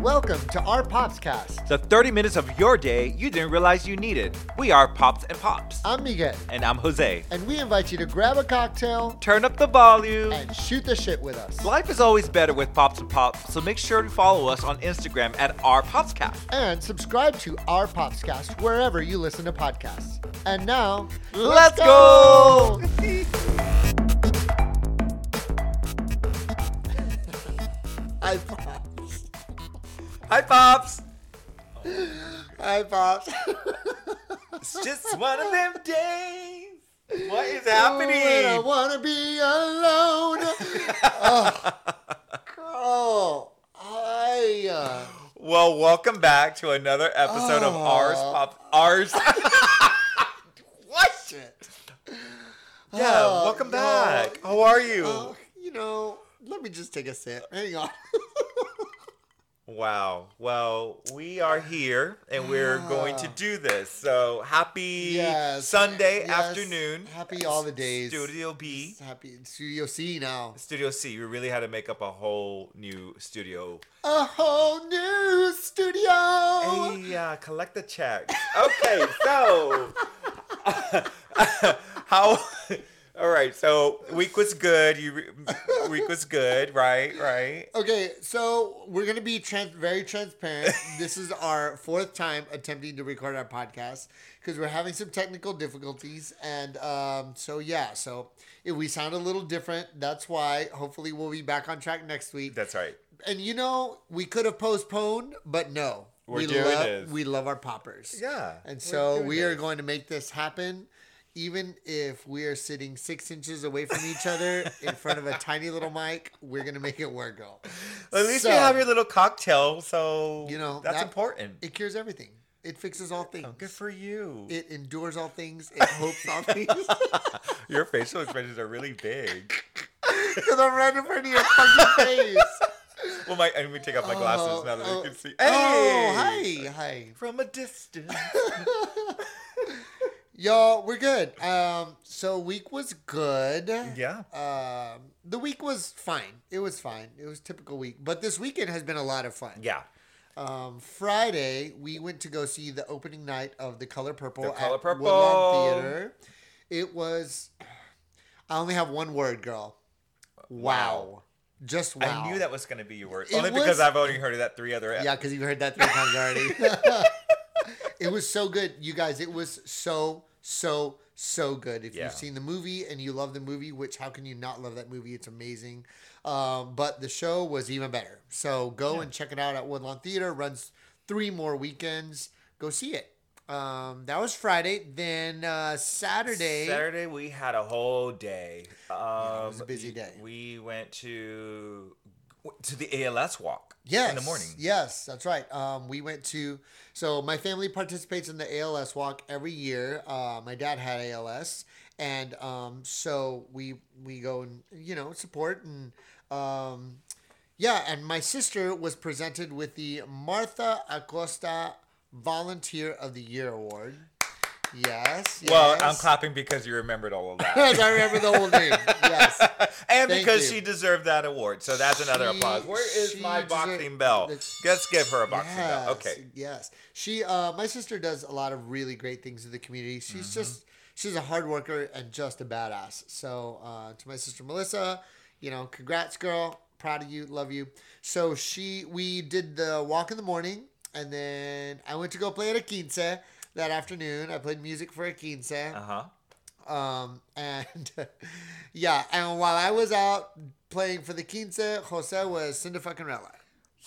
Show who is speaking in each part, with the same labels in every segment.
Speaker 1: Welcome to our Popscast.
Speaker 2: The 30 minutes of your day you didn't realize you needed. We are Pops and Pops.
Speaker 1: I'm Miguel,
Speaker 2: And I'm Jose.
Speaker 1: and we invite you to grab a cocktail
Speaker 2: Turn up the volume.
Speaker 1: and shoot the shit with us.
Speaker 2: Life is always better with Pops and Pops, so make sure to follow us on Instagram at our Popscast.
Speaker 1: And subscribe to our Popscast wherever you listen to podcasts. And now,
Speaker 2: Let's go!
Speaker 1: Hi, Pops.
Speaker 2: Hi, Pops.
Speaker 1: Hi, Pops.
Speaker 2: It's just one of them days. What is
Speaker 1: Oh, I wanna be alone. oh, girl, I. Uh,
Speaker 2: Well, welcome back to another episode of Ours Pops. Ours. what?
Speaker 1: shit.
Speaker 2: Yeah,
Speaker 1: Oh,
Speaker 2: welcome
Speaker 1: yo.
Speaker 2: back. How are you?
Speaker 1: Oh, you know, let me just take a sip. Hang on.
Speaker 2: Wow. Well, we are here and we're going to do this. So happy
Speaker 1: Yes.
Speaker 2: Sunday
Speaker 1: Yes.
Speaker 2: afternoon.
Speaker 1: Happy all the days.
Speaker 2: Studio B,
Speaker 1: Happy Studio C now.
Speaker 2: Studio C. We really had to make up a whole new studio.
Speaker 1: A whole new studio. Oh.
Speaker 2: Hey, uh, collect the check. Okay, so how? All right. So week was good. You re- week was good. Right. Right.
Speaker 1: Okay, so we're gonna be trans- very transparent. this is our fourth time attempting to record our podcast because we're having some technical difficulties, and um, so yeah, so if we sound a little different, that's why. Hopefully, we'll be back on track next week.
Speaker 2: That's right.
Speaker 1: and you know, we could have postponed, but no,
Speaker 2: We're
Speaker 1: we
Speaker 2: doing
Speaker 1: love
Speaker 2: this.
Speaker 1: we love our poppers.
Speaker 2: Yeah. we're
Speaker 1: and so
Speaker 2: doing
Speaker 1: we are
Speaker 2: this.
Speaker 1: going to make this happen. Even if we are sitting six inches away from each other in front of a tiny little mic, we're gonna make it work, girl.
Speaker 2: At least
Speaker 1: So,
Speaker 2: you have your little cocktail, so
Speaker 1: You know,
Speaker 2: that's
Speaker 1: that-
Speaker 2: important.
Speaker 1: It cures everything. It fixes all things.
Speaker 2: Oh, good for you.
Speaker 1: It endures all things. It hopes all things.
Speaker 2: Your facial expressions are really big.
Speaker 1: Because I'm right in front of your fucking face.
Speaker 2: Well, my and we take off my glasses now that
Speaker 1: oh,
Speaker 2: you can see. Hey,
Speaker 1: Oh, hi, hi.
Speaker 2: From a distance.
Speaker 1: Y'all, we're good. Um, so week was good.
Speaker 2: yeah.
Speaker 1: Um, the week was fine. It was fine. It was typical week. But this weekend has been a lot of fun.
Speaker 2: Yeah.
Speaker 1: Um, Friday we went to go see the opening night of The Color Purple
Speaker 2: The Color
Speaker 1: at
Speaker 2: Purple.
Speaker 1: Woodlawn Theater. It was. I only have one word, girl. Wow. Just wow.
Speaker 2: I knew that was going to be your word.
Speaker 1: It
Speaker 2: only
Speaker 1: was-
Speaker 2: because I've only heard that three other.
Speaker 1: Yeah, because you've heard that three times already. it was so good, you guys. It was so so so good. If
Speaker 2: Yeah.
Speaker 1: you've seen the movie and you love the movie, which how can you not love that movie? It's amazing. Um, but the show was even better. So go and check it out at Woodlawn Theater. Runs three more weekends. Go see it. Um, that was Friday. Then uh, Saturday.
Speaker 2: Saturday we had a whole day. Um,
Speaker 1: it was a busy day.
Speaker 2: We went to to the ALS walk.
Speaker 1: Yes.
Speaker 2: In the morning.
Speaker 1: Yes, that's right. Um, we went to, so my family participates in the ALS walk every year. Uh, my dad had ALS, and um, so we we go and you know support and um, yeah. And my sister was presented with the Martha Acosta Volunteer of the Year award. Yes.
Speaker 2: Well,
Speaker 1: yes.
Speaker 2: I'm clapping because you remembered all of that.
Speaker 1: I remember the whole name. Yes.
Speaker 2: and
Speaker 1: Thank
Speaker 2: because
Speaker 1: you.
Speaker 2: she deserved that award. So that's another
Speaker 1: She-
Speaker 2: applause. Where is
Speaker 1: she
Speaker 2: my
Speaker 1: deserved-
Speaker 2: boxing bell?
Speaker 1: That's-
Speaker 2: Let's give her a boxing bell. Okay.
Speaker 1: Yes. She uh my sister does a lot of really great things in the community. She's
Speaker 2: Mm-hmm.
Speaker 1: just she's a hard worker and just a badass. So uh to my sister Melissa, you know, congrats girl. Proud of you, love you. So she we did the walk in the morning and then I went to go play at a quince that afternoon. I played music for a quince.
Speaker 2: Uh huh.
Speaker 1: Um, and yeah, and while I was out playing for the quince, Jose was Cinda fucking Rella.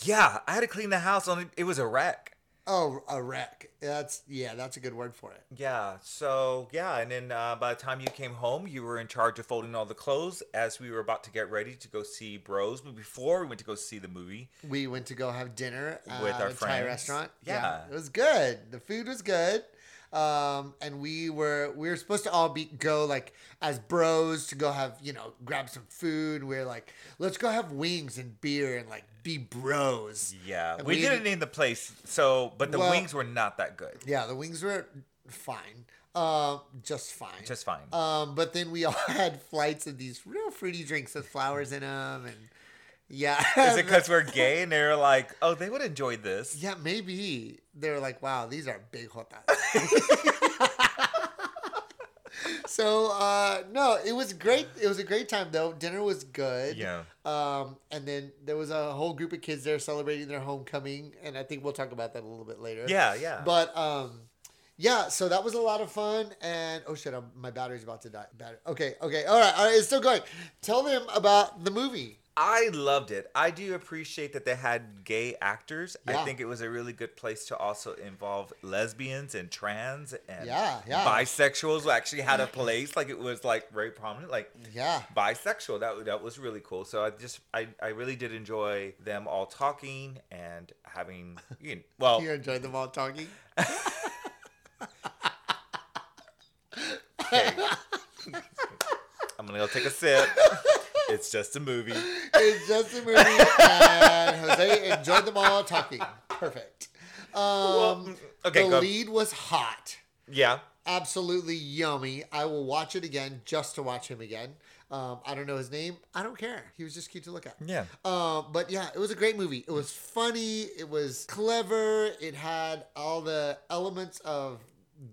Speaker 2: Yeah, I had to clean the house. On it was a wreck.
Speaker 1: Oh, a wreck. That's yeah, that's a good word for it.
Speaker 2: Yeah. So yeah, and then uh, by the time you came home, you were in charge of folding all the clothes as we were about to get ready to go see Bros. But before we went to go see the movie,
Speaker 1: We went to go have dinner uh,
Speaker 2: With our
Speaker 1: at a Thai
Speaker 2: friends.
Speaker 1: restaurant.
Speaker 2: Yeah.
Speaker 1: it was good. The food was good. Um, and we were we were supposed to all be go like as bros to go have you know grab some food. We were like, let's go have wings and beer and like be bros.
Speaker 2: yeah,
Speaker 1: And
Speaker 2: we,
Speaker 1: we-
Speaker 2: didn't name the place. So, but the
Speaker 1: Well-
Speaker 2: wings were not that good.
Speaker 1: Yeah, the wings were fine, um, just fine.
Speaker 2: Just fine.
Speaker 1: Um, but then we all had flights of these real fruity drinks with flowers in them, and Yeah.
Speaker 2: Is it because we're gay and they're like, oh, they would enjoy this?
Speaker 1: yeah, maybe they're like, wow, these are big jotas. so uh, no, it was great. It was a great time though. Dinner was good.
Speaker 2: Yeah.
Speaker 1: Um, and then there was a whole group of kids there celebrating their homecoming, and I think we'll talk about that a little bit later.
Speaker 2: Yeah, yeah.
Speaker 1: But um, yeah, so that was a lot of fun. And oh shit, I'm, my battery's about to die. Battery. Okay, okay, all right, all right. It's still going. Tell them about the movie.
Speaker 2: I loved it. I do appreciate that they had gay actors.
Speaker 1: Yeah.
Speaker 2: I think it was a really good place to also involve lesbians and trans and
Speaker 1: Yeah, yeah.
Speaker 2: bisexuals who actually had a place. Like it was like very prominent. Like
Speaker 1: Yeah,
Speaker 2: bisexual. That that was really cool. So I just I, I really did enjoy them all talking and having you know, well
Speaker 1: you enjoyed them all talking.
Speaker 2: I'm gonna go take a sip. it's just a movie.
Speaker 1: It's just a movie, and Jose enjoyed them all talking. Perfect. Um,
Speaker 2: mm, okay,
Speaker 1: the
Speaker 2: go-
Speaker 1: lead was hot.
Speaker 2: Yeah.
Speaker 1: absolutely yummy. I will watch it again just to watch him again. Um, I don't know his name. I don't care. He was just cute to look at.
Speaker 2: Yeah.
Speaker 1: Um, but yeah, it was a great movie. It was funny. It was clever. It had all the elements of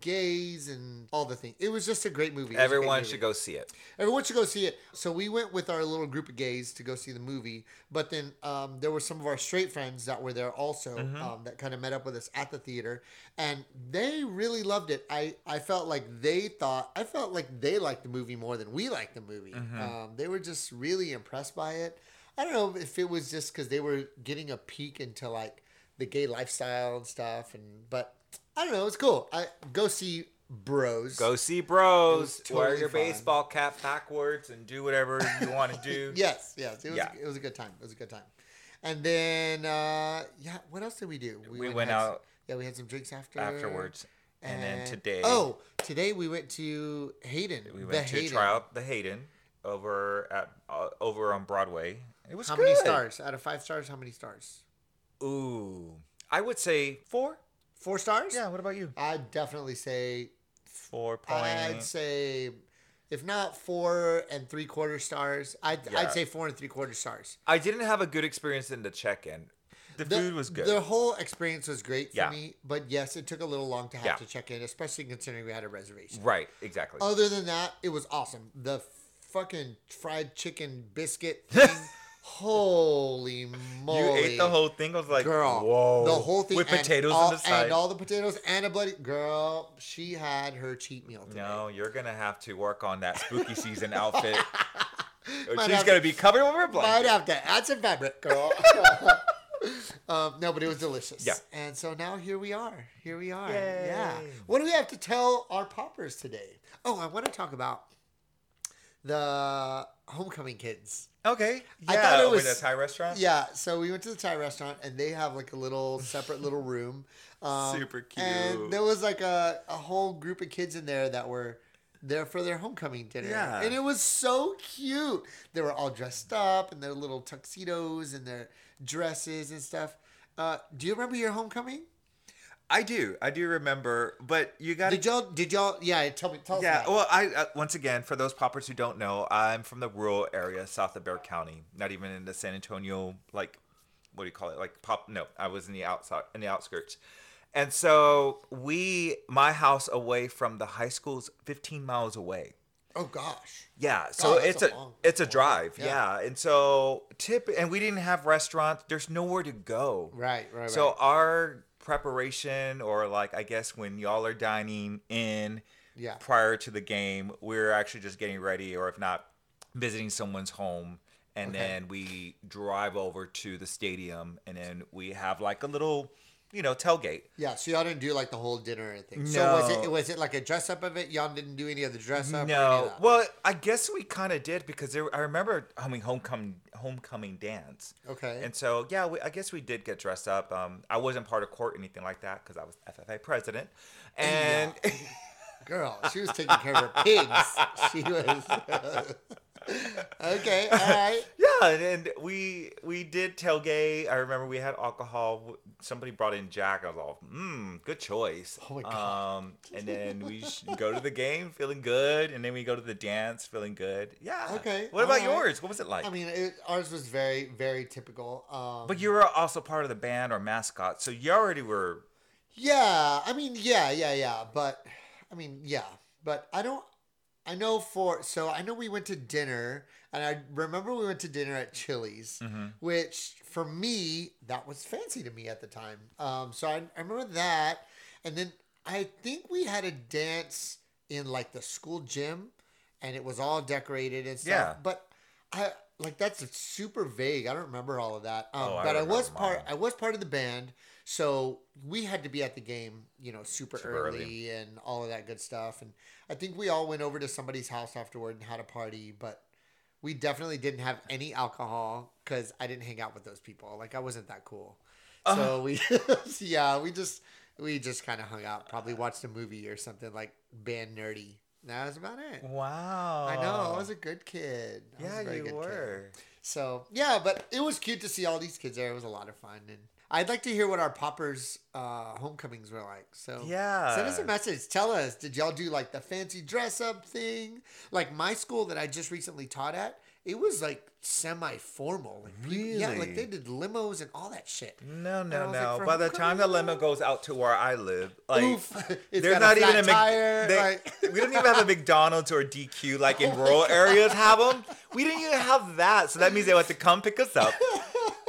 Speaker 1: gays and all the things. It was just a great movie. It was a great
Speaker 2: Everyone
Speaker 1: movie.
Speaker 2: should go see it.
Speaker 1: Everyone should go see it. So we went with our little group of gays to go see the movie, but then um, there were some of our straight friends that were there also um, that kind of met up with us at the theater, and they really loved it. I I felt like they thought I felt like they liked the movie more than we liked the movie. Um, they were just really impressed by it. I don't know if it was just because they were getting a peek into like the gay lifestyle and stuff, and but I don't know. It's cool. I go see Bros.
Speaker 2: Go see
Speaker 1: It was
Speaker 2: Bros. Wear
Speaker 1: totally
Speaker 2: your
Speaker 1: fine.
Speaker 2: baseball cap backwards and do whatever you want to do.
Speaker 1: Yes, yes. It was,
Speaker 2: Yeah.
Speaker 1: it was a good time. It was a good time. And then, uh, yeah, what else did we do?
Speaker 2: We
Speaker 1: and
Speaker 2: went
Speaker 1: had s-
Speaker 2: out
Speaker 1: yeah, we had some drinks after.
Speaker 2: Afterwards. And, then today,
Speaker 1: Oh, today we went to Hayden.
Speaker 2: we
Speaker 1: the
Speaker 2: went to
Speaker 1: Hayden.
Speaker 2: try out the Hayden over at uh, over on Broadway. It was
Speaker 1: How
Speaker 2: good.
Speaker 1: many stars? Out of five stars, how many stars?
Speaker 2: Ooh, I would say four.
Speaker 1: Four stars?
Speaker 2: Yeah. What about you?
Speaker 1: I'd definitely say,
Speaker 2: Four
Speaker 1: I'd
Speaker 2: point.
Speaker 1: say, if not four and three quarter stars, I'd,
Speaker 2: Yeah.
Speaker 1: I'd say four and three quarter stars.
Speaker 2: I didn't have a good experience in the check-in. The, food was good.
Speaker 1: The whole experience was great for
Speaker 2: Yeah.
Speaker 1: me, but yes, it took a little long to have
Speaker 2: Yeah.
Speaker 1: to check in, especially considering we had a reservation.
Speaker 2: right. Exactly.
Speaker 1: Other than that, it was awesome. The fucking fried chicken biscuit thing. holy moly.
Speaker 2: you ate the whole thing. I was like,
Speaker 1: girl.
Speaker 2: whoa.
Speaker 1: The whole thing
Speaker 2: with
Speaker 1: and
Speaker 2: potatoes
Speaker 1: all,
Speaker 2: on the side.
Speaker 1: And all the potatoes and a bloody girl, she had her cheat meal today.
Speaker 2: No, you're gonna have to work on that spooky season outfit. Or
Speaker 1: Might
Speaker 2: She's
Speaker 1: have
Speaker 2: gonna be covered with her
Speaker 1: Might
Speaker 2: blanket.
Speaker 1: have to add some fabric, girl. um, no, but it was delicious.
Speaker 2: Yeah.
Speaker 1: And so now here we are. Here we are. Yeah.
Speaker 2: Yay.
Speaker 1: What do we have to tell our poppers today? Oh, I want to talk about the homecoming kids.
Speaker 2: Okay.
Speaker 1: I
Speaker 2: Yeah.
Speaker 1: thought it
Speaker 2: over
Speaker 1: was-
Speaker 2: the Thai restaurant.
Speaker 1: Yeah, so we went to the Thai restaurant and they have like a little separate little room. Um,
Speaker 2: Super cute.
Speaker 1: And there was like a, a whole group of kids in there that were there for their homecoming dinner.
Speaker 2: Yeah.
Speaker 1: And it was so cute. They were all dressed up in their little tuxedos and their dresses and stuff. Uh, do you remember your homecoming?
Speaker 2: I do. I do remember, but you got to.
Speaker 1: Did y'all? Did y'all? Yeah, tell me. Tell us.
Speaker 2: Yeah.
Speaker 1: about it.
Speaker 2: Well, I uh, once again for those poppers who don't know, I'm from the rural area south of Bear County, not even in the San Antonio like what do you call it? Like pop no, I was in the outside in the outskirts. And so we my house away from the high school's 15 miles away.
Speaker 1: oh gosh.
Speaker 2: Yeah, so
Speaker 1: that's
Speaker 2: it's
Speaker 1: a
Speaker 2: a,
Speaker 1: long-
Speaker 2: it's a
Speaker 1: long
Speaker 2: drive.
Speaker 1: yeah.
Speaker 2: Yeah. and so tip and we didn't have restaurants. There's nowhere to go.
Speaker 1: Right. Right.
Speaker 2: So
Speaker 1: right.
Speaker 2: our preparation, or like I guess when y'all are dining in
Speaker 1: Yeah.
Speaker 2: prior to the game, we're actually just getting ready, or if not, visiting someone's home, and
Speaker 1: Okay.
Speaker 2: then we drive over to the stadium, and then we have like a little, you know, tailgate.
Speaker 1: Yeah, so y'all didn't do like the whole dinner thing. So was it
Speaker 2: No.
Speaker 1: was it like a dress up of it? Y'all didn't do any of the dress up. or any of
Speaker 2: No,
Speaker 1: that?
Speaker 2: well, I guess we kind of did because there, I remember, I mean, homecoming homecoming dance.
Speaker 1: Okay.
Speaker 2: And so, yeah, we, I guess we did get dressed up. Um, I wasn't part of court or anything like that because I was FFA president. And
Speaker 1: Girl, she was taking care of her pigs. She was. okay, all right.
Speaker 2: Yeah, and, and we we did tailgate. I remember we had alcohol. Somebody brought in Jack. I was all, mmm, good choice.
Speaker 1: Oh my God.
Speaker 2: Um, and then we sh- go to the game feeling good, and then we go to the dance feeling good. Yeah.
Speaker 1: Okay,
Speaker 2: What about
Speaker 1: alright.
Speaker 2: yours? What was it like?
Speaker 1: I mean, it, ours was very, very typical. Um,
Speaker 2: but you were also part of the band or mascot, so you already were.
Speaker 1: Yeah, I mean, yeah, yeah, yeah. But I mean, yeah. But I don't. I know for so I know we went to dinner, and I remember we went to dinner at Chili's, which for me that was fancy to me at the time. Um, so I, I remember that, and then I think we had a dance in like the school gym, and it was all decorated and stuff.
Speaker 2: Yeah.
Speaker 1: But I like that's super vague. I don't remember all of that. Um,
Speaker 2: Oh, I
Speaker 1: but I,
Speaker 2: remember
Speaker 1: was part.
Speaker 2: mine.
Speaker 1: I was part of the band, so we had to be at the game, you know, super,
Speaker 2: Super
Speaker 1: early,
Speaker 2: early.
Speaker 1: and all of that good stuff. And I think we all went over to somebody's house afterward and had a party, but we definitely didn't have any alcohol because I didn't hang out with those people. Like I wasn't that cool.
Speaker 2: Uh-huh.
Speaker 1: So we, yeah, we just we just kind of hung out. Probably watched a movie or something like band nerdy. That was about it.
Speaker 2: Wow.
Speaker 1: I know I was a good kid. I was a
Speaker 2: yeah,
Speaker 1: very good
Speaker 2: you
Speaker 1: kid.
Speaker 2: were.
Speaker 1: So yeah, but it was cute to see all these kids there. It was a lot of fun, and I'd like to hear what our poppers' uh, homecomings were like. So
Speaker 2: Yeah.
Speaker 1: send us a message. Tell us, did y'all do like the fancy dress up thing? Like my school that I just recently taught at, it was like semi formal. Like, people- Yeah, like
Speaker 2: Really?
Speaker 1: they did limos and all that shit.
Speaker 2: No,
Speaker 1: I
Speaker 2: no,
Speaker 1: was like,
Speaker 2: no.
Speaker 1: "From
Speaker 2: By the time the limo
Speaker 1: Korea?"
Speaker 2: goes out to where I live, like
Speaker 1: Oof, it's
Speaker 2: there's
Speaker 1: got
Speaker 2: not
Speaker 1: a flat
Speaker 2: even a Mc-
Speaker 1: tire,
Speaker 2: they-
Speaker 1: like- Oh
Speaker 2: we don't even have a McDonald's or a DQ like in rural areas have them. We didn't even have that, so that means they would have to come pick us up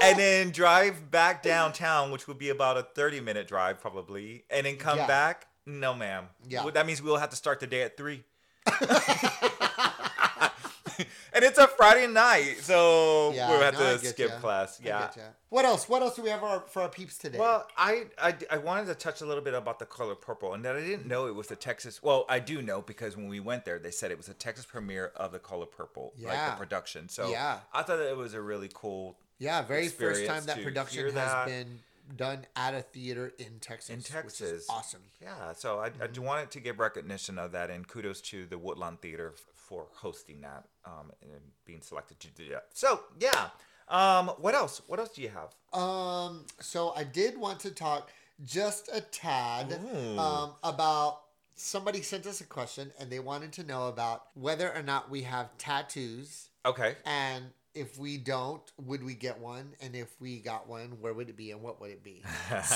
Speaker 2: and then drive back downtown, which would be about a 30 minute drive probably, and then come
Speaker 1: Yeah.
Speaker 2: back. No, ma'am.
Speaker 1: Yeah.
Speaker 2: Well, that means we'll have to start the day at three. and it's a Friday night, so
Speaker 1: Yeah,
Speaker 2: we'll have
Speaker 1: no, I
Speaker 2: to
Speaker 1: get
Speaker 2: skip
Speaker 1: ya.
Speaker 2: class.
Speaker 1: I
Speaker 2: Yeah.
Speaker 1: getcha. What else? What else do we have our, for our peeps today?
Speaker 2: Well, I, I I wanted to touch a little bit about the color purple, and that I didn't know it was the Texas. Well, I do know because when we went there, they said it was the Texas premiere of the color purple, like
Speaker 1: Yeah.
Speaker 2: the production. So
Speaker 1: Yeah.
Speaker 2: I thought that it was a really cool
Speaker 1: yeah, very first
Speaker 2: experience
Speaker 1: time that
Speaker 2: to
Speaker 1: production
Speaker 2: hear
Speaker 1: has
Speaker 2: that.
Speaker 1: been done at a theater in Texas.
Speaker 2: in
Speaker 1: which is
Speaker 2: Texas.
Speaker 1: awesome.
Speaker 2: Yeah, so I,
Speaker 1: Mm-hmm.
Speaker 2: I do wanted to give recognition of that, and kudos to the Woodlawn Theater f- for hosting that um, and being selected to do that. So yeah, um, what else? What else do you have?
Speaker 1: Um, so I did want to talk just a tad
Speaker 2: Ooh.
Speaker 1: um, about somebody sent us a question and they wanted to know about whether or not we have tattoos
Speaker 2: Okay.
Speaker 1: and if we don't, would we get one? And if we got one, where would it be and what would it be?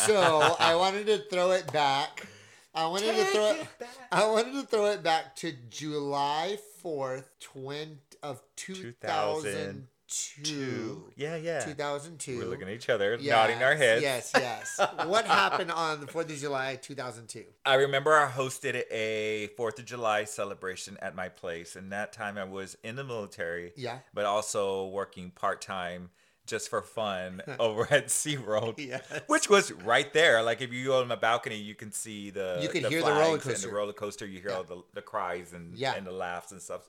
Speaker 1: so I wanted to throw it back. I wanted to throw it. I wanted to throw it back to July fourth, twenty of two thousand two.
Speaker 2: Yeah, yeah.
Speaker 1: Two thousand two.
Speaker 2: We're looking at each other, nodding our
Speaker 1: Yes,
Speaker 2: heads.
Speaker 1: Yes, yes. what happened on the 4th of July 2002?
Speaker 2: I remember I hosted a Fourth of July celebration at my place, and that time I was in the military,
Speaker 1: Yeah.
Speaker 2: but also working part time just for fun over at SeaWorld,
Speaker 1: Yes.
Speaker 2: which was right there. Like if you go on my balcony, you can see the
Speaker 1: You can hear the roller
Speaker 2: flags
Speaker 1: coaster.
Speaker 2: and the roller coaster. You hear all the, the cries and
Speaker 1: Yeah.
Speaker 2: and the laughs and stuff.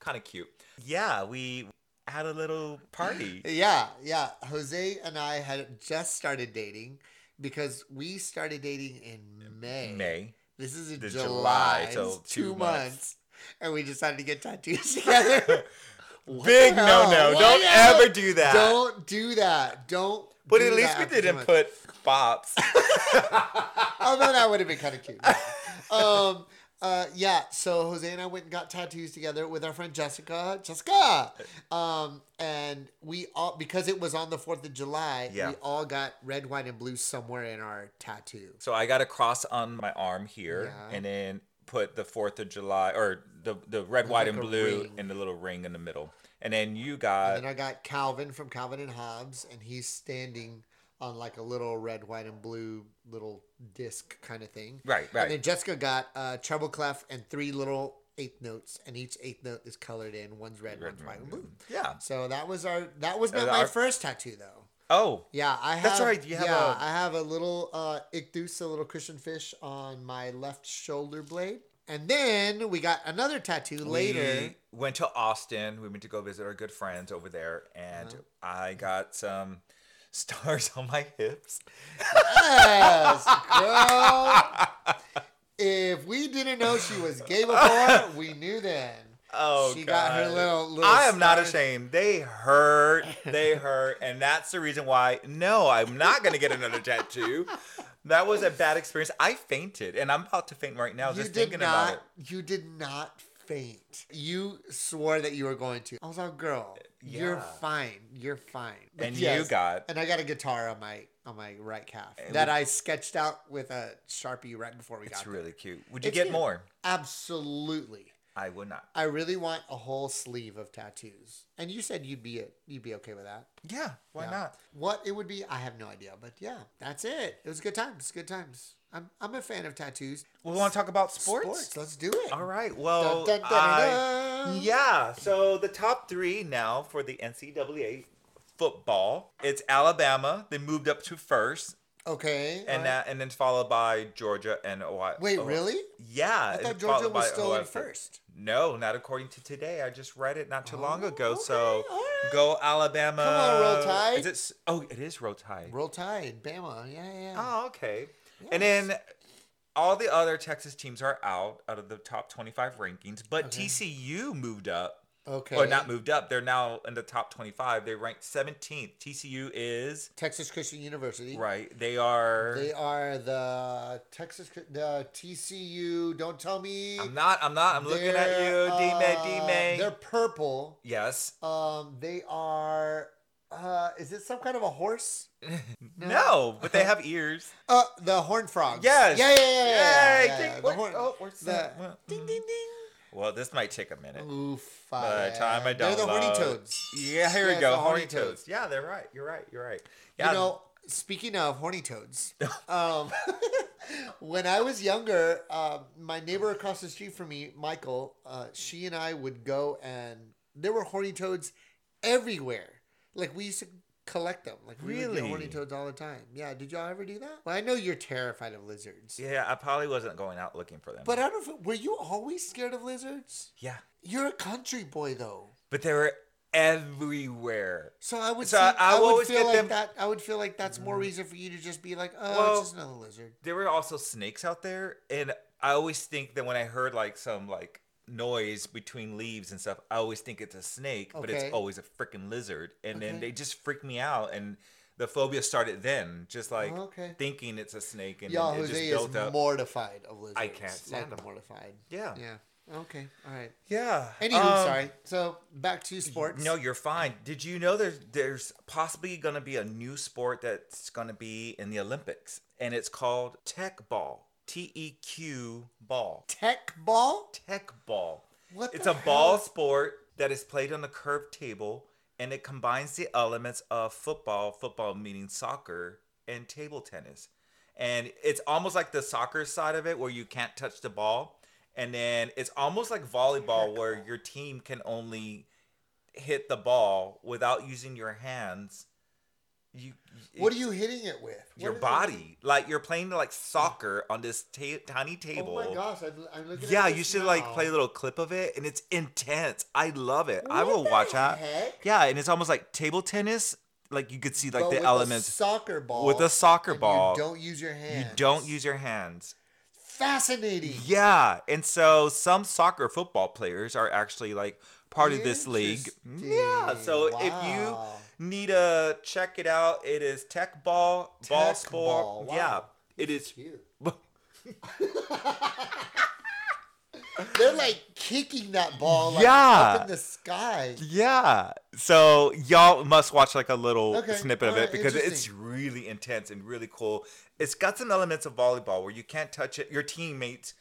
Speaker 2: Kind of cute. Yeah, we had a little party.
Speaker 1: Yeah, yeah. Jose and I had just started dating because we started dating in May.
Speaker 2: May.
Speaker 1: This is in
Speaker 2: The
Speaker 1: July.
Speaker 2: July, so
Speaker 1: it's
Speaker 2: two
Speaker 1: two months.
Speaker 2: months.
Speaker 1: And we decided to get tattoos together. What
Speaker 2: Big
Speaker 1: the
Speaker 2: no
Speaker 1: hell?
Speaker 2: no.
Speaker 1: What
Speaker 2: Don't
Speaker 1: the hell?
Speaker 2: ever do that.
Speaker 1: Don't do that. Don't.
Speaker 2: but
Speaker 1: do
Speaker 2: at least
Speaker 1: that
Speaker 2: we
Speaker 1: after two
Speaker 2: didn't
Speaker 1: months.
Speaker 2: put bops.
Speaker 1: Although Oh, that would have been kind of cute. um, uh, yeah, so Jose and I went and got tattoos together with our friend Jessica. Jessica! Um, and we all, because it was on the 4th of July,
Speaker 2: Yeah.
Speaker 1: we all got red, white, and blue somewhere in our tattoo.
Speaker 2: So I got a cross on my arm here,
Speaker 1: Yeah.
Speaker 2: and then put the Fourth of July or the the red, white,
Speaker 1: like
Speaker 2: and
Speaker 1: a
Speaker 2: blue,
Speaker 1: ring.
Speaker 2: and the little ring in the middle. And then you got
Speaker 1: And I got Calvin from Calvin and Hobbes, and he's standing on like a little red, white, and blue little disc kind of thing.
Speaker 2: right,
Speaker 1: And
Speaker 2: right.
Speaker 1: then Jessica got uh, treble clef and three little eighth notes, and each eighth note is colored in. One's red,
Speaker 2: Red,
Speaker 1: one's
Speaker 2: red,
Speaker 1: white, and
Speaker 2: blue.
Speaker 1: blue.
Speaker 2: Mm-hmm. Yeah.
Speaker 1: So that was our that was not
Speaker 2: was
Speaker 1: my
Speaker 2: our-
Speaker 1: first tattoo though.
Speaker 2: Oh,
Speaker 1: Yeah, I have.
Speaker 2: That's right, you have
Speaker 1: yeah,
Speaker 2: a-
Speaker 1: I have a little uh, ictus, a little cushion fish on my left shoulder blade, and then we got another tattoo later.
Speaker 2: We went to Austin. We went to go visit our good friends over there, and
Speaker 1: Uh-huh.
Speaker 2: I got some stars on my hips.
Speaker 1: Yes, girl. if we didn't know she was gay before, we knew then.
Speaker 2: Oh,
Speaker 1: she
Speaker 2: God.
Speaker 1: got her little. little
Speaker 2: I am not
Speaker 1: scar.
Speaker 2: ashamed. They hurt. They hurt. And that's the reason why, no, I'm not going to get another tattoo. That was a bad experience. I fainted, and I'm about to faint right now
Speaker 1: You
Speaker 2: just
Speaker 1: did
Speaker 2: thinking
Speaker 1: not.
Speaker 2: about it.
Speaker 1: You did not faint. You swore that you were going to. I was like, girl, you're
Speaker 2: Yeah.
Speaker 1: fine. You're fine. But
Speaker 2: And
Speaker 1: yes,
Speaker 2: you got
Speaker 1: And I got a guitar on my on my right calf
Speaker 2: It
Speaker 1: that
Speaker 2: was-
Speaker 1: I sketched out with a sharpie right before we
Speaker 2: It's
Speaker 1: got
Speaker 2: really cute. Would you
Speaker 1: It's
Speaker 2: get
Speaker 1: cute.
Speaker 2: more?
Speaker 1: there. Absolutely.
Speaker 2: I would not.
Speaker 1: I really want a whole sleeve of tattoos. And you said you'd be you'd be okay with that.
Speaker 2: Yeah, why
Speaker 1: Yeah.
Speaker 2: not?
Speaker 1: What it would be, I have no idea. But yeah, that's it. It was good times. Good times. I'm I'm a fan of tattoos.
Speaker 2: We want to talk about sports.
Speaker 1: Let's do it.
Speaker 2: All right.
Speaker 1: Dun,
Speaker 2: Well,
Speaker 1: dun, dun,
Speaker 2: I-
Speaker 1: dun, dun.
Speaker 2: yeah. So the top three now for the NCAA football. It's Alabama. They moved up to first,
Speaker 1: Okay.
Speaker 2: and
Speaker 1: all right.
Speaker 2: that, and then followed by Georgia and Ohio.
Speaker 1: Wait,
Speaker 2: Ohio-
Speaker 1: really?
Speaker 2: Yeah.
Speaker 1: I thought
Speaker 2: and
Speaker 1: Georgia
Speaker 2: followed
Speaker 1: was
Speaker 2: by
Speaker 1: still
Speaker 2: Ohio
Speaker 1: in
Speaker 2: State.
Speaker 1: first.
Speaker 2: No, not according to today. I just read it not too long
Speaker 1: Oh,
Speaker 2: ago.
Speaker 1: okay,
Speaker 2: So
Speaker 1: all right.
Speaker 2: go Alabama.
Speaker 1: Come on, Roll Tide.
Speaker 2: Is it? s- Oh, it is roll tide.
Speaker 1: Roll Tide, Bama. Yeah, yeah. yeah.
Speaker 2: Oh, okay. And then all the other Texas teams are out out of the top 25 rankings, but
Speaker 1: Okay.
Speaker 2: TCU moved up.
Speaker 1: okay.
Speaker 2: Or not moved up. They're now in the top 25. They ranked 17th. TCU is
Speaker 1: Texas Christian University.
Speaker 2: right. They are
Speaker 1: They are the Texas, the TCU. Don't tell me.
Speaker 2: I'm not I'm not I'm looking at
Speaker 1: They're,
Speaker 2: you, D-May,
Speaker 1: uh,
Speaker 2: D-May.
Speaker 1: They're purple.
Speaker 2: Yes.
Speaker 1: Um, they are. Uh, is it some kind of a horse?
Speaker 2: No, but they have ears.
Speaker 1: Uh, the horn frogs.
Speaker 2: Yes.
Speaker 1: Yeah, yeah, yeah, yeah.
Speaker 2: Yay,
Speaker 1: yeah,
Speaker 2: ding,
Speaker 1: yeah. The
Speaker 2: what-
Speaker 1: horn-
Speaker 2: oh, where's
Speaker 1: the-
Speaker 2: that? Well,
Speaker 1: Ding, ding, ding.
Speaker 2: Well, this might take a minute.
Speaker 1: Ooh, fire.
Speaker 2: By the time I
Speaker 1: They're the horny
Speaker 2: download-
Speaker 1: toads.
Speaker 2: Yeah, here
Speaker 1: Yeah,
Speaker 2: we
Speaker 1: it's
Speaker 2: go.
Speaker 1: the horny
Speaker 2: Horny toads. Yeah, they're right. You're right. You're right. Yeah.
Speaker 1: You know, speaking of horny toads, um, when I was younger, um, my neighbor across the street from me, Michael, uh, she and I would go and there were horny toads everywhere. Like we used to collect them. Like we would get horny
Speaker 2: Really?
Speaker 1: toads all the time. Yeah. Did y'all ever do that? Well, I know you're terrified of lizards.
Speaker 2: yeah, I probably wasn't going out looking for them.
Speaker 1: But uh, I don't know. Were you always scared of lizards?
Speaker 2: yeah.
Speaker 1: You're a country boy though.
Speaker 2: but they were everywhere.
Speaker 1: So I would
Speaker 2: So
Speaker 1: see-
Speaker 2: I- I
Speaker 1: I,
Speaker 2: will
Speaker 1: would
Speaker 2: always
Speaker 1: feel
Speaker 2: get
Speaker 1: like
Speaker 2: them- Mm.
Speaker 1: that I would feel like that's more reason for you to just be like, oh,
Speaker 2: Well-
Speaker 1: it's just another lizard.
Speaker 2: There were also snakes out there, and I always think that when I heard like some like noise between leaves and stuff, I always think it's a snake, but
Speaker 1: Okay.
Speaker 2: it's always a freaking lizard. And
Speaker 1: Okay.
Speaker 2: then they just freak me out, and the phobia started then, just like
Speaker 1: Oh, Okay.
Speaker 2: thinking it's a snake, and
Speaker 1: Y'all,
Speaker 2: then it just
Speaker 1: Jose
Speaker 2: built
Speaker 1: is
Speaker 2: up.
Speaker 1: mortified of lizards.
Speaker 2: I can't stand
Speaker 1: like,
Speaker 2: them.
Speaker 1: Mortified.
Speaker 2: yeah,
Speaker 1: Yeah. Okay. All right.
Speaker 2: yeah.
Speaker 1: Anywho,
Speaker 2: Um,
Speaker 1: sorry. So back to sports.
Speaker 2: No, you're fine. Did you know there's there's possibly going to be a new sport that's going to be in the Olympics, and it's called tech ball. T E Q ball.
Speaker 1: tech ball.
Speaker 2: Tech ball.
Speaker 1: What
Speaker 2: It's
Speaker 1: the
Speaker 2: a ball
Speaker 1: hell?
Speaker 2: sport that is played on a curved table, and it combines the elements of football. Football meaning soccer and table tennis, and it's almost like the soccer side of it where you can't touch the ball, and then it's almost like volleyball where your team can only hit the ball without using your hands. You,
Speaker 1: What are you hitting it with? What
Speaker 2: your
Speaker 1: is it?
Speaker 2: body like you're playing like soccer on this ta- tiny table.
Speaker 1: Oh my gosh! I'm, I'm looking.
Speaker 2: Yeah,
Speaker 1: at this
Speaker 2: you should
Speaker 1: now.
Speaker 2: like play a little clip of it, and it's intense. I love it. I
Speaker 1: What
Speaker 2: will
Speaker 1: the
Speaker 2: watch that.
Speaker 1: heck?
Speaker 2: Yeah, and it's almost like table tennis. Like you could see like
Speaker 1: But
Speaker 2: the
Speaker 1: with
Speaker 2: elements.
Speaker 1: A soccer ball.
Speaker 2: with a soccer
Speaker 1: and
Speaker 2: ball.
Speaker 1: You don't use your hands.
Speaker 2: you don't use your hands.
Speaker 1: Fascinating.
Speaker 2: Yeah, and so some soccer football players are actually like part of this league. Yeah,
Speaker 1: Interesting.
Speaker 2: so
Speaker 1: Wow.
Speaker 2: if you need to check it out, it is Tech Ball Ball
Speaker 1: Tech
Speaker 2: Sport.
Speaker 1: ball,
Speaker 2: Yeah,
Speaker 1: wow.
Speaker 2: it is.
Speaker 1: Cute. They're like kicking that ball. Like, Up
Speaker 2: Yeah.
Speaker 1: in the sky.
Speaker 2: Yeah. So y'all must watch like a little
Speaker 1: Okay,
Speaker 2: snippet of
Speaker 1: alright,
Speaker 2: it because it's
Speaker 1: interesting.
Speaker 2: really intense and really cool. It's got some elements of volleyball where you can't touch it. Your teammates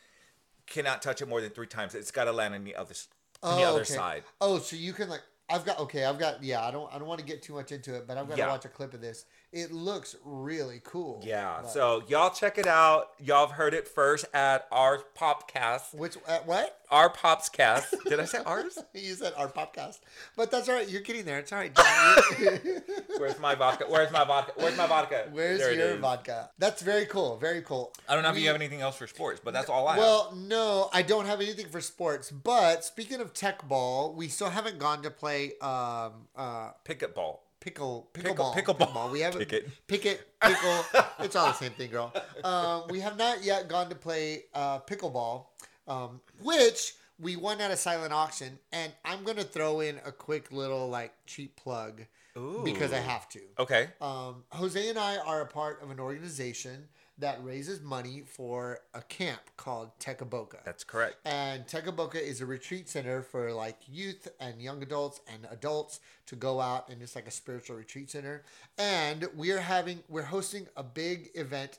Speaker 2: cannot touch it more than three times. It's got to land on the other s- on the other
Speaker 1: okay.
Speaker 2: side.
Speaker 1: Oh, so you can like I've got okay, I've got yeah, I don't I don't want to get too much into it, but I've got
Speaker 2: Yeah.
Speaker 1: to watch a clip of this. It looks really cool.
Speaker 2: Yeah.
Speaker 1: But-
Speaker 2: So y'all check it out. Y'all have heard it first at our popcast,
Speaker 1: which uh, what?
Speaker 2: our popscast. Did I say ours?
Speaker 1: you said our podcast. But that's all right. You're getting there. It's all right. John. You-
Speaker 2: Where's my vodka? Where's my vodka? Where's my vodka?
Speaker 1: Where's
Speaker 2: There it
Speaker 1: your
Speaker 2: is.
Speaker 1: vodka? That's very cool. Very cool.
Speaker 2: I don't know if
Speaker 1: We-
Speaker 2: you have anything else for sports, but that's all I have.
Speaker 1: Well, no, I don't have anything for sports. But speaking of tech ball, we still haven't gone to play um uh
Speaker 2: Picket ball.
Speaker 1: pickle
Speaker 2: Pickle-
Speaker 1: pickleball
Speaker 2: pickleball.
Speaker 1: We haven't
Speaker 2: Picket.
Speaker 1: picket pickle. it's all the same thing, girl. Um, we have not yet gone to play uh, pickleball, um, which we won at a silent auction, and I'm gonna throw in a quick little like cheap plug
Speaker 2: Ooh.
Speaker 1: because I have to.
Speaker 2: Okay.
Speaker 1: Um, Jose and I are a part of an organization that raises money for a camp called Tecaboca.
Speaker 2: That's correct.
Speaker 1: And Tecaboca is a retreat center for like youth and young adults and adults to go out and it's like a spiritual retreat center. And we are having we're hosting a big event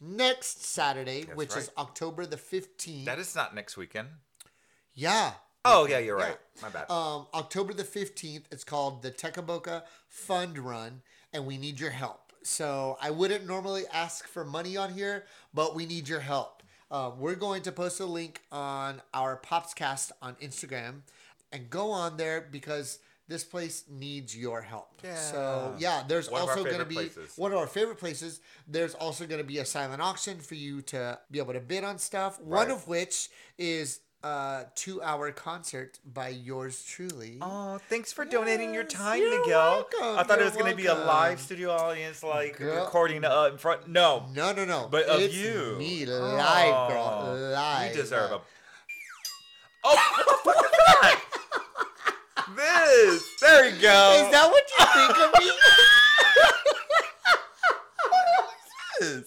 Speaker 1: next Saturday,
Speaker 2: That's
Speaker 1: which is
Speaker 2: right.
Speaker 1: October the fifteenth.
Speaker 2: That is not next weekend.
Speaker 1: yeah.
Speaker 2: Oh yeah, you're
Speaker 1: Yeah.
Speaker 2: right. My bad.
Speaker 1: Um, October the 15th, it's called the Tecaboca Fund Run, and we need your help. So I wouldn't normally ask for money on here, but we need your help. Uh, we're going to post a link on our Popscast on Instagram and go on there because this place needs your help. So,
Speaker 2: Yeah.
Speaker 1: yeah, there's
Speaker 2: One of our
Speaker 1: also going to
Speaker 2: favorite
Speaker 1: be
Speaker 2: places.
Speaker 1: one of our favorite places. There's also going to be a silent auction for you to be able to bid on stuff. One
Speaker 2: Right.
Speaker 1: of which is a two-hour concert by yours truly.
Speaker 2: Oh, thanks for donating your
Speaker 1: Yes,
Speaker 2: time,
Speaker 1: you're
Speaker 2: Miguel.
Speaker 1: welcome,
Speaker 2: I thought it
Speaker 1: you're
Speaker 2: was going to be a live
Speaker 1: welcome.
Speaker 2: studio audience, like
Speaker 1: Girl-
Speaker 2: recording up in front. No,
Speaker 1: No, no, no.
Speaker 2: but of
Speaker 1: it's
Speaker 2: you,
Speaker 1: me live, girl,
Speaker 2: Oh,
Speaker 1: live.
Speaker 2: You deserve a. Oh, what the fuck is that? This. There you go.
Speaker 1: Is that what you think of me?
Speaker 2: Yes.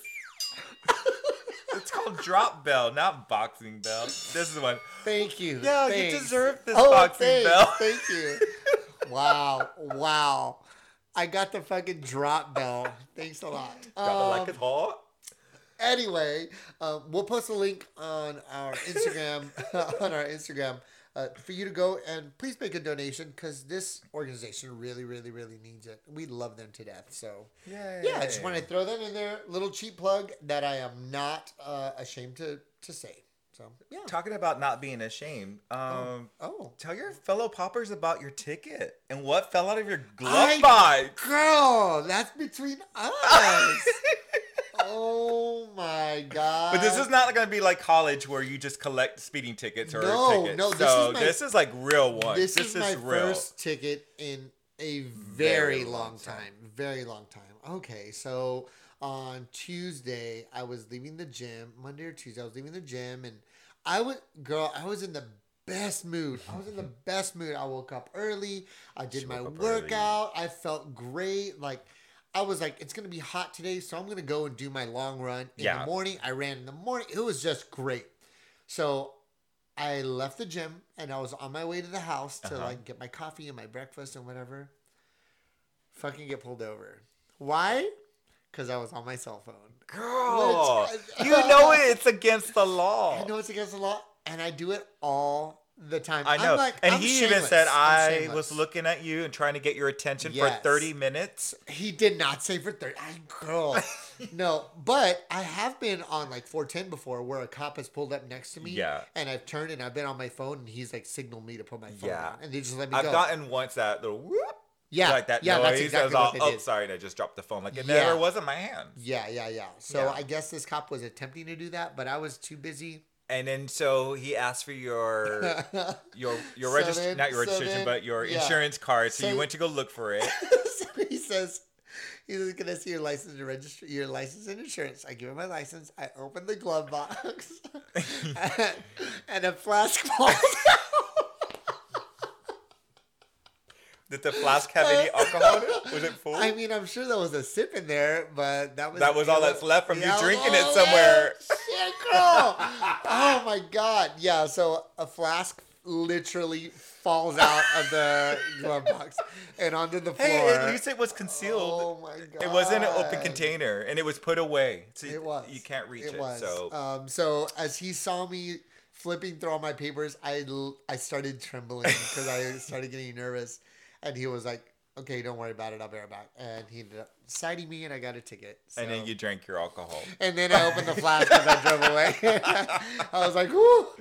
Speaker 2: it's called drop bell, not boxing bell. This is one.
Speaker 1: Thank you.
Speaker 2: Yeah, you
Speaker 1: thanks.
Speaker 2: deserve this
Speaker 1: oh,
Speaker 2: boxing
Speaker 1: thanks.
Speaker 2: bell.
Speaker 1: Thank you. Wow, wow. I got the fucking drop bell. Thanks a lot.
Speaker 2: Drop it
Speaker 1: Um,
Speaker 2: like it's hot.
Speaker 1: anyway, um, we'll post a link on our Instagram on our Instagram uh, for you to go and please make a donation because this organization really, really, really needs it. We love them to death. So yeah, I just want to throw that in there. Little cheap plug that I am not uh, ashamed to to say. So yeah.
Speaker 2: Talking about not being ashamed. Um.
Speaker 1: Oh,
Speaker 2: Tell your fellow poppers about your ticket and what fell out of your glove
Speaker 1: I-
Speaker 2: box.
Speaker 1: girl, that's between us. oh my god.
Speaker 2: But this is not going to be like college where you just collect speeding tickets or
Speaker 1: No,
Speaker 2: tickets.
Speaker 1: no, this
Speaker 2: so
Speaker 1: is my-
Speaker 2: this is like real one.
Speaker 1: This,
Speaker 2: This,
Speaker 1: is, my
Speaker 2: real.
Speaker 1: first ticket in a very,
Speaker 2: Very
Speaker 1: long,
Speaker 2: long
Speaker 1: time.
Speaker 2: time.
Speaker 1: Very long time. Okay, so on Tuesday I was leaving the gym. Monday or Tuesday I was leaving the gym, and I was girl. I was in the best mood. I was in the best mood. I woke up early. I did
Speaker 2: She
Speaker 1: my
Speaker 2: woke up early.
Speaker 1: workout. I felt great. Like. I was like, it's gonna be hot today, so I'm gonna go and do my long run in
Speaker 2: Yeah.
Speaker 1: the morning. I ran in the morning. It was just great. So I left the gym and I was on my way to the house to
Speaker 2: Uh-huh.
Speaker 1: like get my coffee and my breakfast and whatever. Fucking get pulled over. Why? Because I was on my cell phone.
Speaker 2: Girl,
Speaker 1: Let's-
Speaker 2: you know it's against the law.
Speaker 1: I know it's against the law, and I do it all the time.
Speaker 2: I
Speaker 1: I'm
Speaker 2: know.
Speaker 1: like,
Speaker 2: and
Speaker 1: I'm
Speaker 2: he even
Speaker 1: shameless.
Speaker 2: said,
Speaker 1: I'm
Speaker 2: I
Speaker 1: shameless."
Speaker 2: was looking at you and trying to get your attention
Speaker 1: Yes.
Speaker 2: for 30 minutes.
Speaker 1: He did not say for thirty. I girl, no. But I have been on like four ten before, where a cop has pulled up next to me.
Speaker 2: Yeah.
Speaker 1: And I've turned and I've been on my phone, and he's like signaled me to put my phone
Speaker 2: Yeah.
Speaker 1: down, and they just let me
Speaker 2: I've
Speaker 1: go.
Speaker 2: gotten once that little whoop.
Speaker 1: yeah,
Speaker 2: Like that
Speaker 1: yeah,
Speaker 2: noise.
Speaker 1: that's
Speaker 2: I
Speaker 1: exactly
Speaker 2: was all,
Speaker 1: what they
Speaker 2: oh,
Speaker 1: did.
Speaker 2: sorry, and I just dropped the phone. Like it
Speaker 1: Yeah.
Speaker 2: never was in my hand.
Speaker 1: Yeah, yeah, yeah. So
Speaker 2: Yeah.
Speaker 1: I guess this cop was attempting to do that, but I was too busy.
Speaker 2: And then so he asked for your your your
Speaker 1: So
Speaker 2: regist-
Speaker 1: then-
Speaker 2: not your
Speaker 1: so
Speaker 2: registration,
Speaker 1: then-
Speaker 2: but your
Speaker 1: yeah.
Speaker 2: insurance card. So,
Speaker 1: So-
Speaker 2: you went to go look for it.
Speaker 1: so he says, he says, "Can I see your license and register your license and insurance?" I give him my license. I open the glove box, and, and a flask falls.
Speaker 2: Did the flask have any alcohol? in it? Was it full?
Speaker 1: I mean, I'm sure there was a sip in there, but that was
Speaker 2: that was all that's left from
Speaker 1: Yeah,
Speaker 2: you
Speaker 1: I was
Speaker 2: drinking
Speaker 1: like,
Speaker 2: it
Speaker 1: "Oh,
Speaker 2: somewhere.
Speaker 1: yeah, shit, girl. oh my god. Yeah. So a flask literally falls out of the glove box and onto the floor.
Speaker 2: Hey, at least it was concealed.
Speaker 1: Oh my god.
Speaker 2: it was in an open container and it was put away. So
Speaker 1: It was.
Speaker 2: You can't reach it.
Speaker 1: was.
Speaker 2: So
Speaker 1: Um, so as he saw me flipping through all my papers, I l- I started trembling because I started getting nervous, and he was like, "Okay, don't worry about it. I'll be right back." And he ended up citing me, and I got a ticket. So.
Speaker 2: and then you drank your alcohol.
Speaker 1: And then I opened the flask as I drove away. I was like, "Whoo!" girl."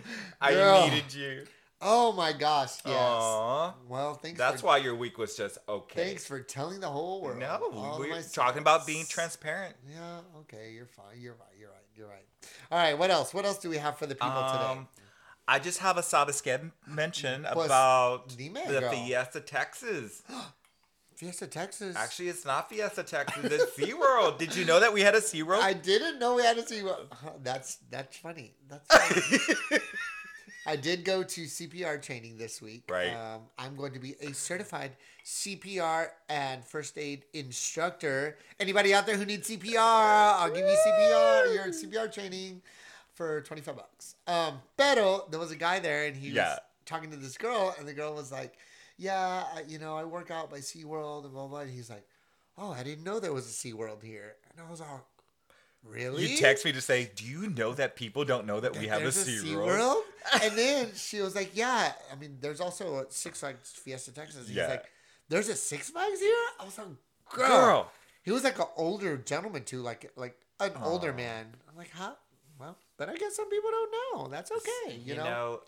Speaker 2: I needed you.
Speaker 1: Oh my gosh! Yes.
Speaker 2: Aw.
Speaker 1: Well, thanks.
Speaker 2: That's
Speaker 1: for,
Speaker 2: why your week was just okay.
Speaker 1: Thanks for telling the whole world.
Speaker 2: No,
Speaker 1: all
Speaker 2: we
Speaker 1: my
Speaker 2: we're talking about being
Speaker 1: secrets.
Speaker 2: transparent.
Speaker 1: Yeah, okay, you're fine. You're right. You're right. You're right. All right, what else? What else do we have for the people
Speaker 2: Um, I just have a sabascan mention
Speaker 1: Pues,
Speaker 2: about
Speaker 1: dime,
Speaker 2: the
Speaker 1: girl.
Speaker 2: Fiesta Texas.
Speaker 1: today? Fiesta, Texas.
Speaker 2: Actually, it's not Fiesta Texas. It's SeaWorld. Did you know that we had a SeaWorld?
Speaker 1: I didn't know we had to see. That's that's funny. That's funny. I did go to CPR training this week.
Speaker 2: Right.
Speaker 1: Um, I'm going to be a certified CPR and first aid instructor. Anybody out there who needs CPR? I'll give you CPR. Your CPR training for 25 bucks. Um, pero there was a guy there and he
Speaker 2: Yeah.
Speaker 1: was talking to this girl and the girl was like, yeah, I- you know, I work out by SeaWorld and blah, blah. And he's like, oh, I didn't know there was a SeaWorld here. And I was like, really?
Speaker 2: You text me to say, "Do you know that people don't know that, we have a
Speaker 1: There's
Speaker 2: Sea
Speaker 1: SeaWorld?"
Speaker 2: World?"
Speaker 1: and then she was like, "Yeah, I mean, there's also a Six Flags Fiesta Texas." He's
Speaker 2: Yeah.
Speaker 1: like, "There's a Six Flags here?" I was like, "Girl."
Speaker 2: Girl.
Speaker 1: He was like an older gentleman too, like like an older
Speaker 2: Aw.
Speaker 1: man. I'm like, "Huh? Well, but I guess some people don't know. That's okay, you, know?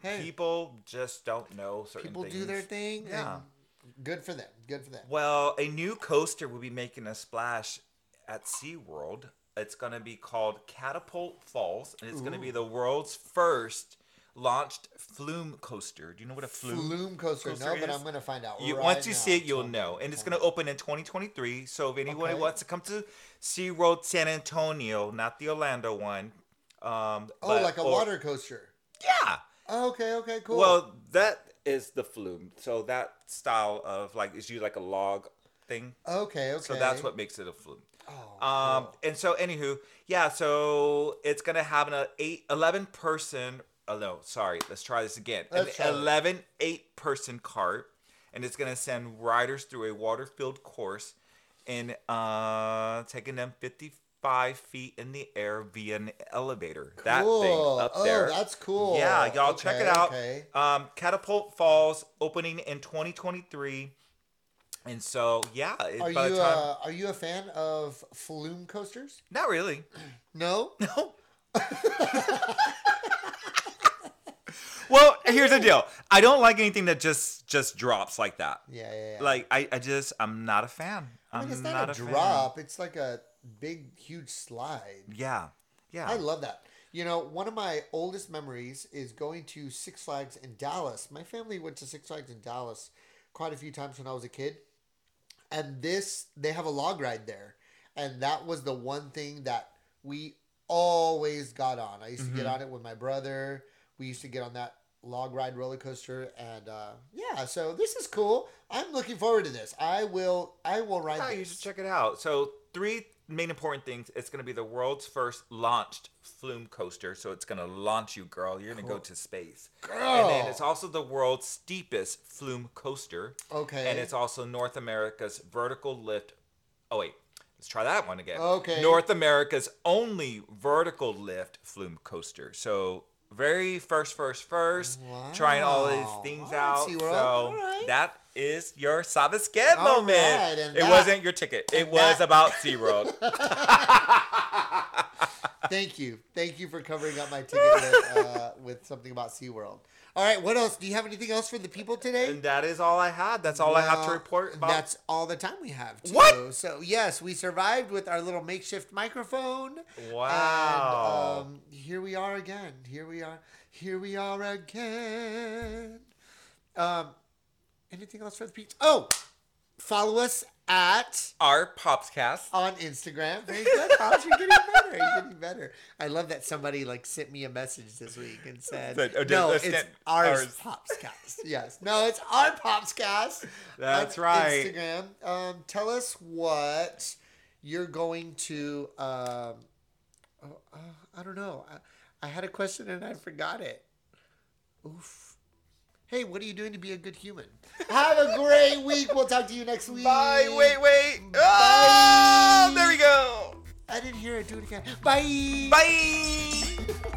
Speaker 1: Hey,
Speaker 2: people just don't know certain
Speaker 1: people
Speaker 2: things.
Speaker 1: do their thing.
Speaker 2: Yeah.
Speaker 1: and good for them. Good for them.
Speaker 2: Well, a new coaster will be making a splash at SeaWorld. It's going to be called Catapult Falls, and it's going to be the world's first launched flume coaster. Do you know what a flume?
Speaker 1: Flume coaster,
Speaker 2: coaster
Speaker 1: no, but
Speaker 2: is-
Speaker 1: I'm gonna find out.
Speaker 2: You,
Speaker 1: right
Speaker 2: once you
Speaker 1: now.
Speaker 2: see it, you'll
Speaker 1: So-
Speaker 2: know. And it's going to open in 2023. So if anyone
Speaker 1: Okay.
Speaker 2: wants to come to SeaWorld San Antonio, not the Orlando one. Um,
Speaker 1: Oh,
Speaker 2: but-
Speaker 1: like a
Speaker 2: or-
Speaker 1: water coaster.
Speaker 2: Yeah.
Speaker 1: Oh, okay, okay, cool.
Speaker 2: Well, that is the flume. So that style of like is you like a log thing.
Speaker 1: okay, okay.
Speaker 2: So that's what makes it a flume.
Speaker 1: Oh,
Speaker 2: Um,
Speaker 1: cool.
Speaker 2: and so anywho, yeah. So it's gonna have an uh, eight, 11 person. Oh no, sorry. Let's try this again.
Speaker 1: Let's try
Speaker 2: an
Speaker 1: it.
Speaker 2: 11 eight person cart, and it's gonna send riders through a water filled course, and uh, taking them 55 feet in the air via an elevator. That
Speaker 1: Cool.
Speaker 2: thing up
Speaker 1: oh,
Speaker 2: there.
Speaker 1: that's cool.
Speaker 2: Yeah, y'all check it
Speaker 1: Okay,
Speaker 2: out.
Speaker 1: Okay.
Speaker 2: Um, Catapult Falls opening in 2023, and so yeah. it-
Speaker 1: Are you
Speaker 2: by the time,
Speaker 1: uh, are you a fan of flume coasters?
Speaker 2: not really.
Speaker 1: No.
Speaker 2: No. well, here's the deal. I don't like anything that just just drops like that.
Speaker 1: Yeah, yeah. yeah.
Speaker 2: Like I, I just I'm not a fan.
Speaker 1: I
Speaker 2: I'm
Speaker 1: mean, it's not, a,
Speaker 2: fan.
Speaker 1: drop. It's like a big, huge slide.
Speaker 2: Yeah. Yeah.
Speaker 1: I love that. You know, one of my oldest memories is going to Six Flags in Dallas. My family went to Six Flags in Dallas quite a few times when I was a kid. And this, they have a log ride there. And that was the one thing that we always got on. I used to get
Speaker 2: Mm-hmm.
Speaker 1: on it with my brother. We used to get on that log ride roller coaster. And uh, yeah, so this is cool. I'm looking forward to this. I will, I will ride
Speaker 2: Yeah, Oh, you
Speaker 1: this.
Speaker 2: should check it out. So three main important things. It's gonna be the world's first launched flume coaster. So it's gonna launch you, girl. You're gonna go
Speaker 1: Cool.
Speaker 2: to space.
Speaker 1: Girl.
Speaker 2: And then it's also the world's steepest flume coaster.
Speaker 1: okay.
Speaker 2: And it's also North America's vertical lift. Oh wait, let's try that one again.
Speaker 1: Okay.
Speaker 2: North America's only vertical lift flume coaster. So very first, first, first. Trying all
Speaker 1: Wow.
Speaker 2: these things
Speaker 1: All right,
Speaker 2: out.
Speaker 1: SeaWorld.
Speaker 2: So
Speaker 1: All right.
Speaker 2: that is your Savasket
Speaker 1: All
Speaker 2: moment.
Speaker 1: right, and
Speaker 2: it
Speaker 1: that-
Speaker 2: wasn't your ticket. It
Speaker 1: and
Speaker 2: was
Speaker 1: that-
Speaker 2: about SeaWorld.
Speaker 1: Thank you. Thank you for covering up my ticket with, uh, with something about SeaWorld. All right, what else? Do you have anything else for the people today?
Speaker 2: and that is all I had. That's all I have to
Speaker 1: Well,
Speaker 2: report about.
Speaker 1: That's all the time we have. too.
Speaker 2: What?
Speaker 1: So, yes, we survived with our little makeshift microphone.
Speaker 2: Wow.
Speaker 1: And um, here we are again. Here we are. Here we are again. Um, anything else for the people? Oh, follow us at
Speaker 2: our Popscast.
Speaker 1: on Instagram. Very good, Pops. You're getting better. You're getting better. I love that somebody like sent me a message this week and said,
Speaker 2: Said, oh,
Speaker 1: "No,
Speaker 2: that's
Speaker 1: it's
Speaker 2: not
Speaker 1: ours,
Speaker 2: ours."
Speaker 1: Popscast." Yes, no, it's our Popscast.
Speaker 2: That's
Speaker 1: on
Speaker 2: right.
Speaker 1: Instagram. Um, tell us what you're going to. Um, oh, uh, I don't know. I, I had a question and I forgot it. Oof. Hey, what are you doing to be a good human? Have a great week. We'll talk to you next week.
Speaker 2: Bye. Wait, wait.
Speaker 1: Bye.
Speaker 2: Oh, there we go.
Speaker 1: I didn't hear it. Do it again. Bye.
Speaker 2: Bye.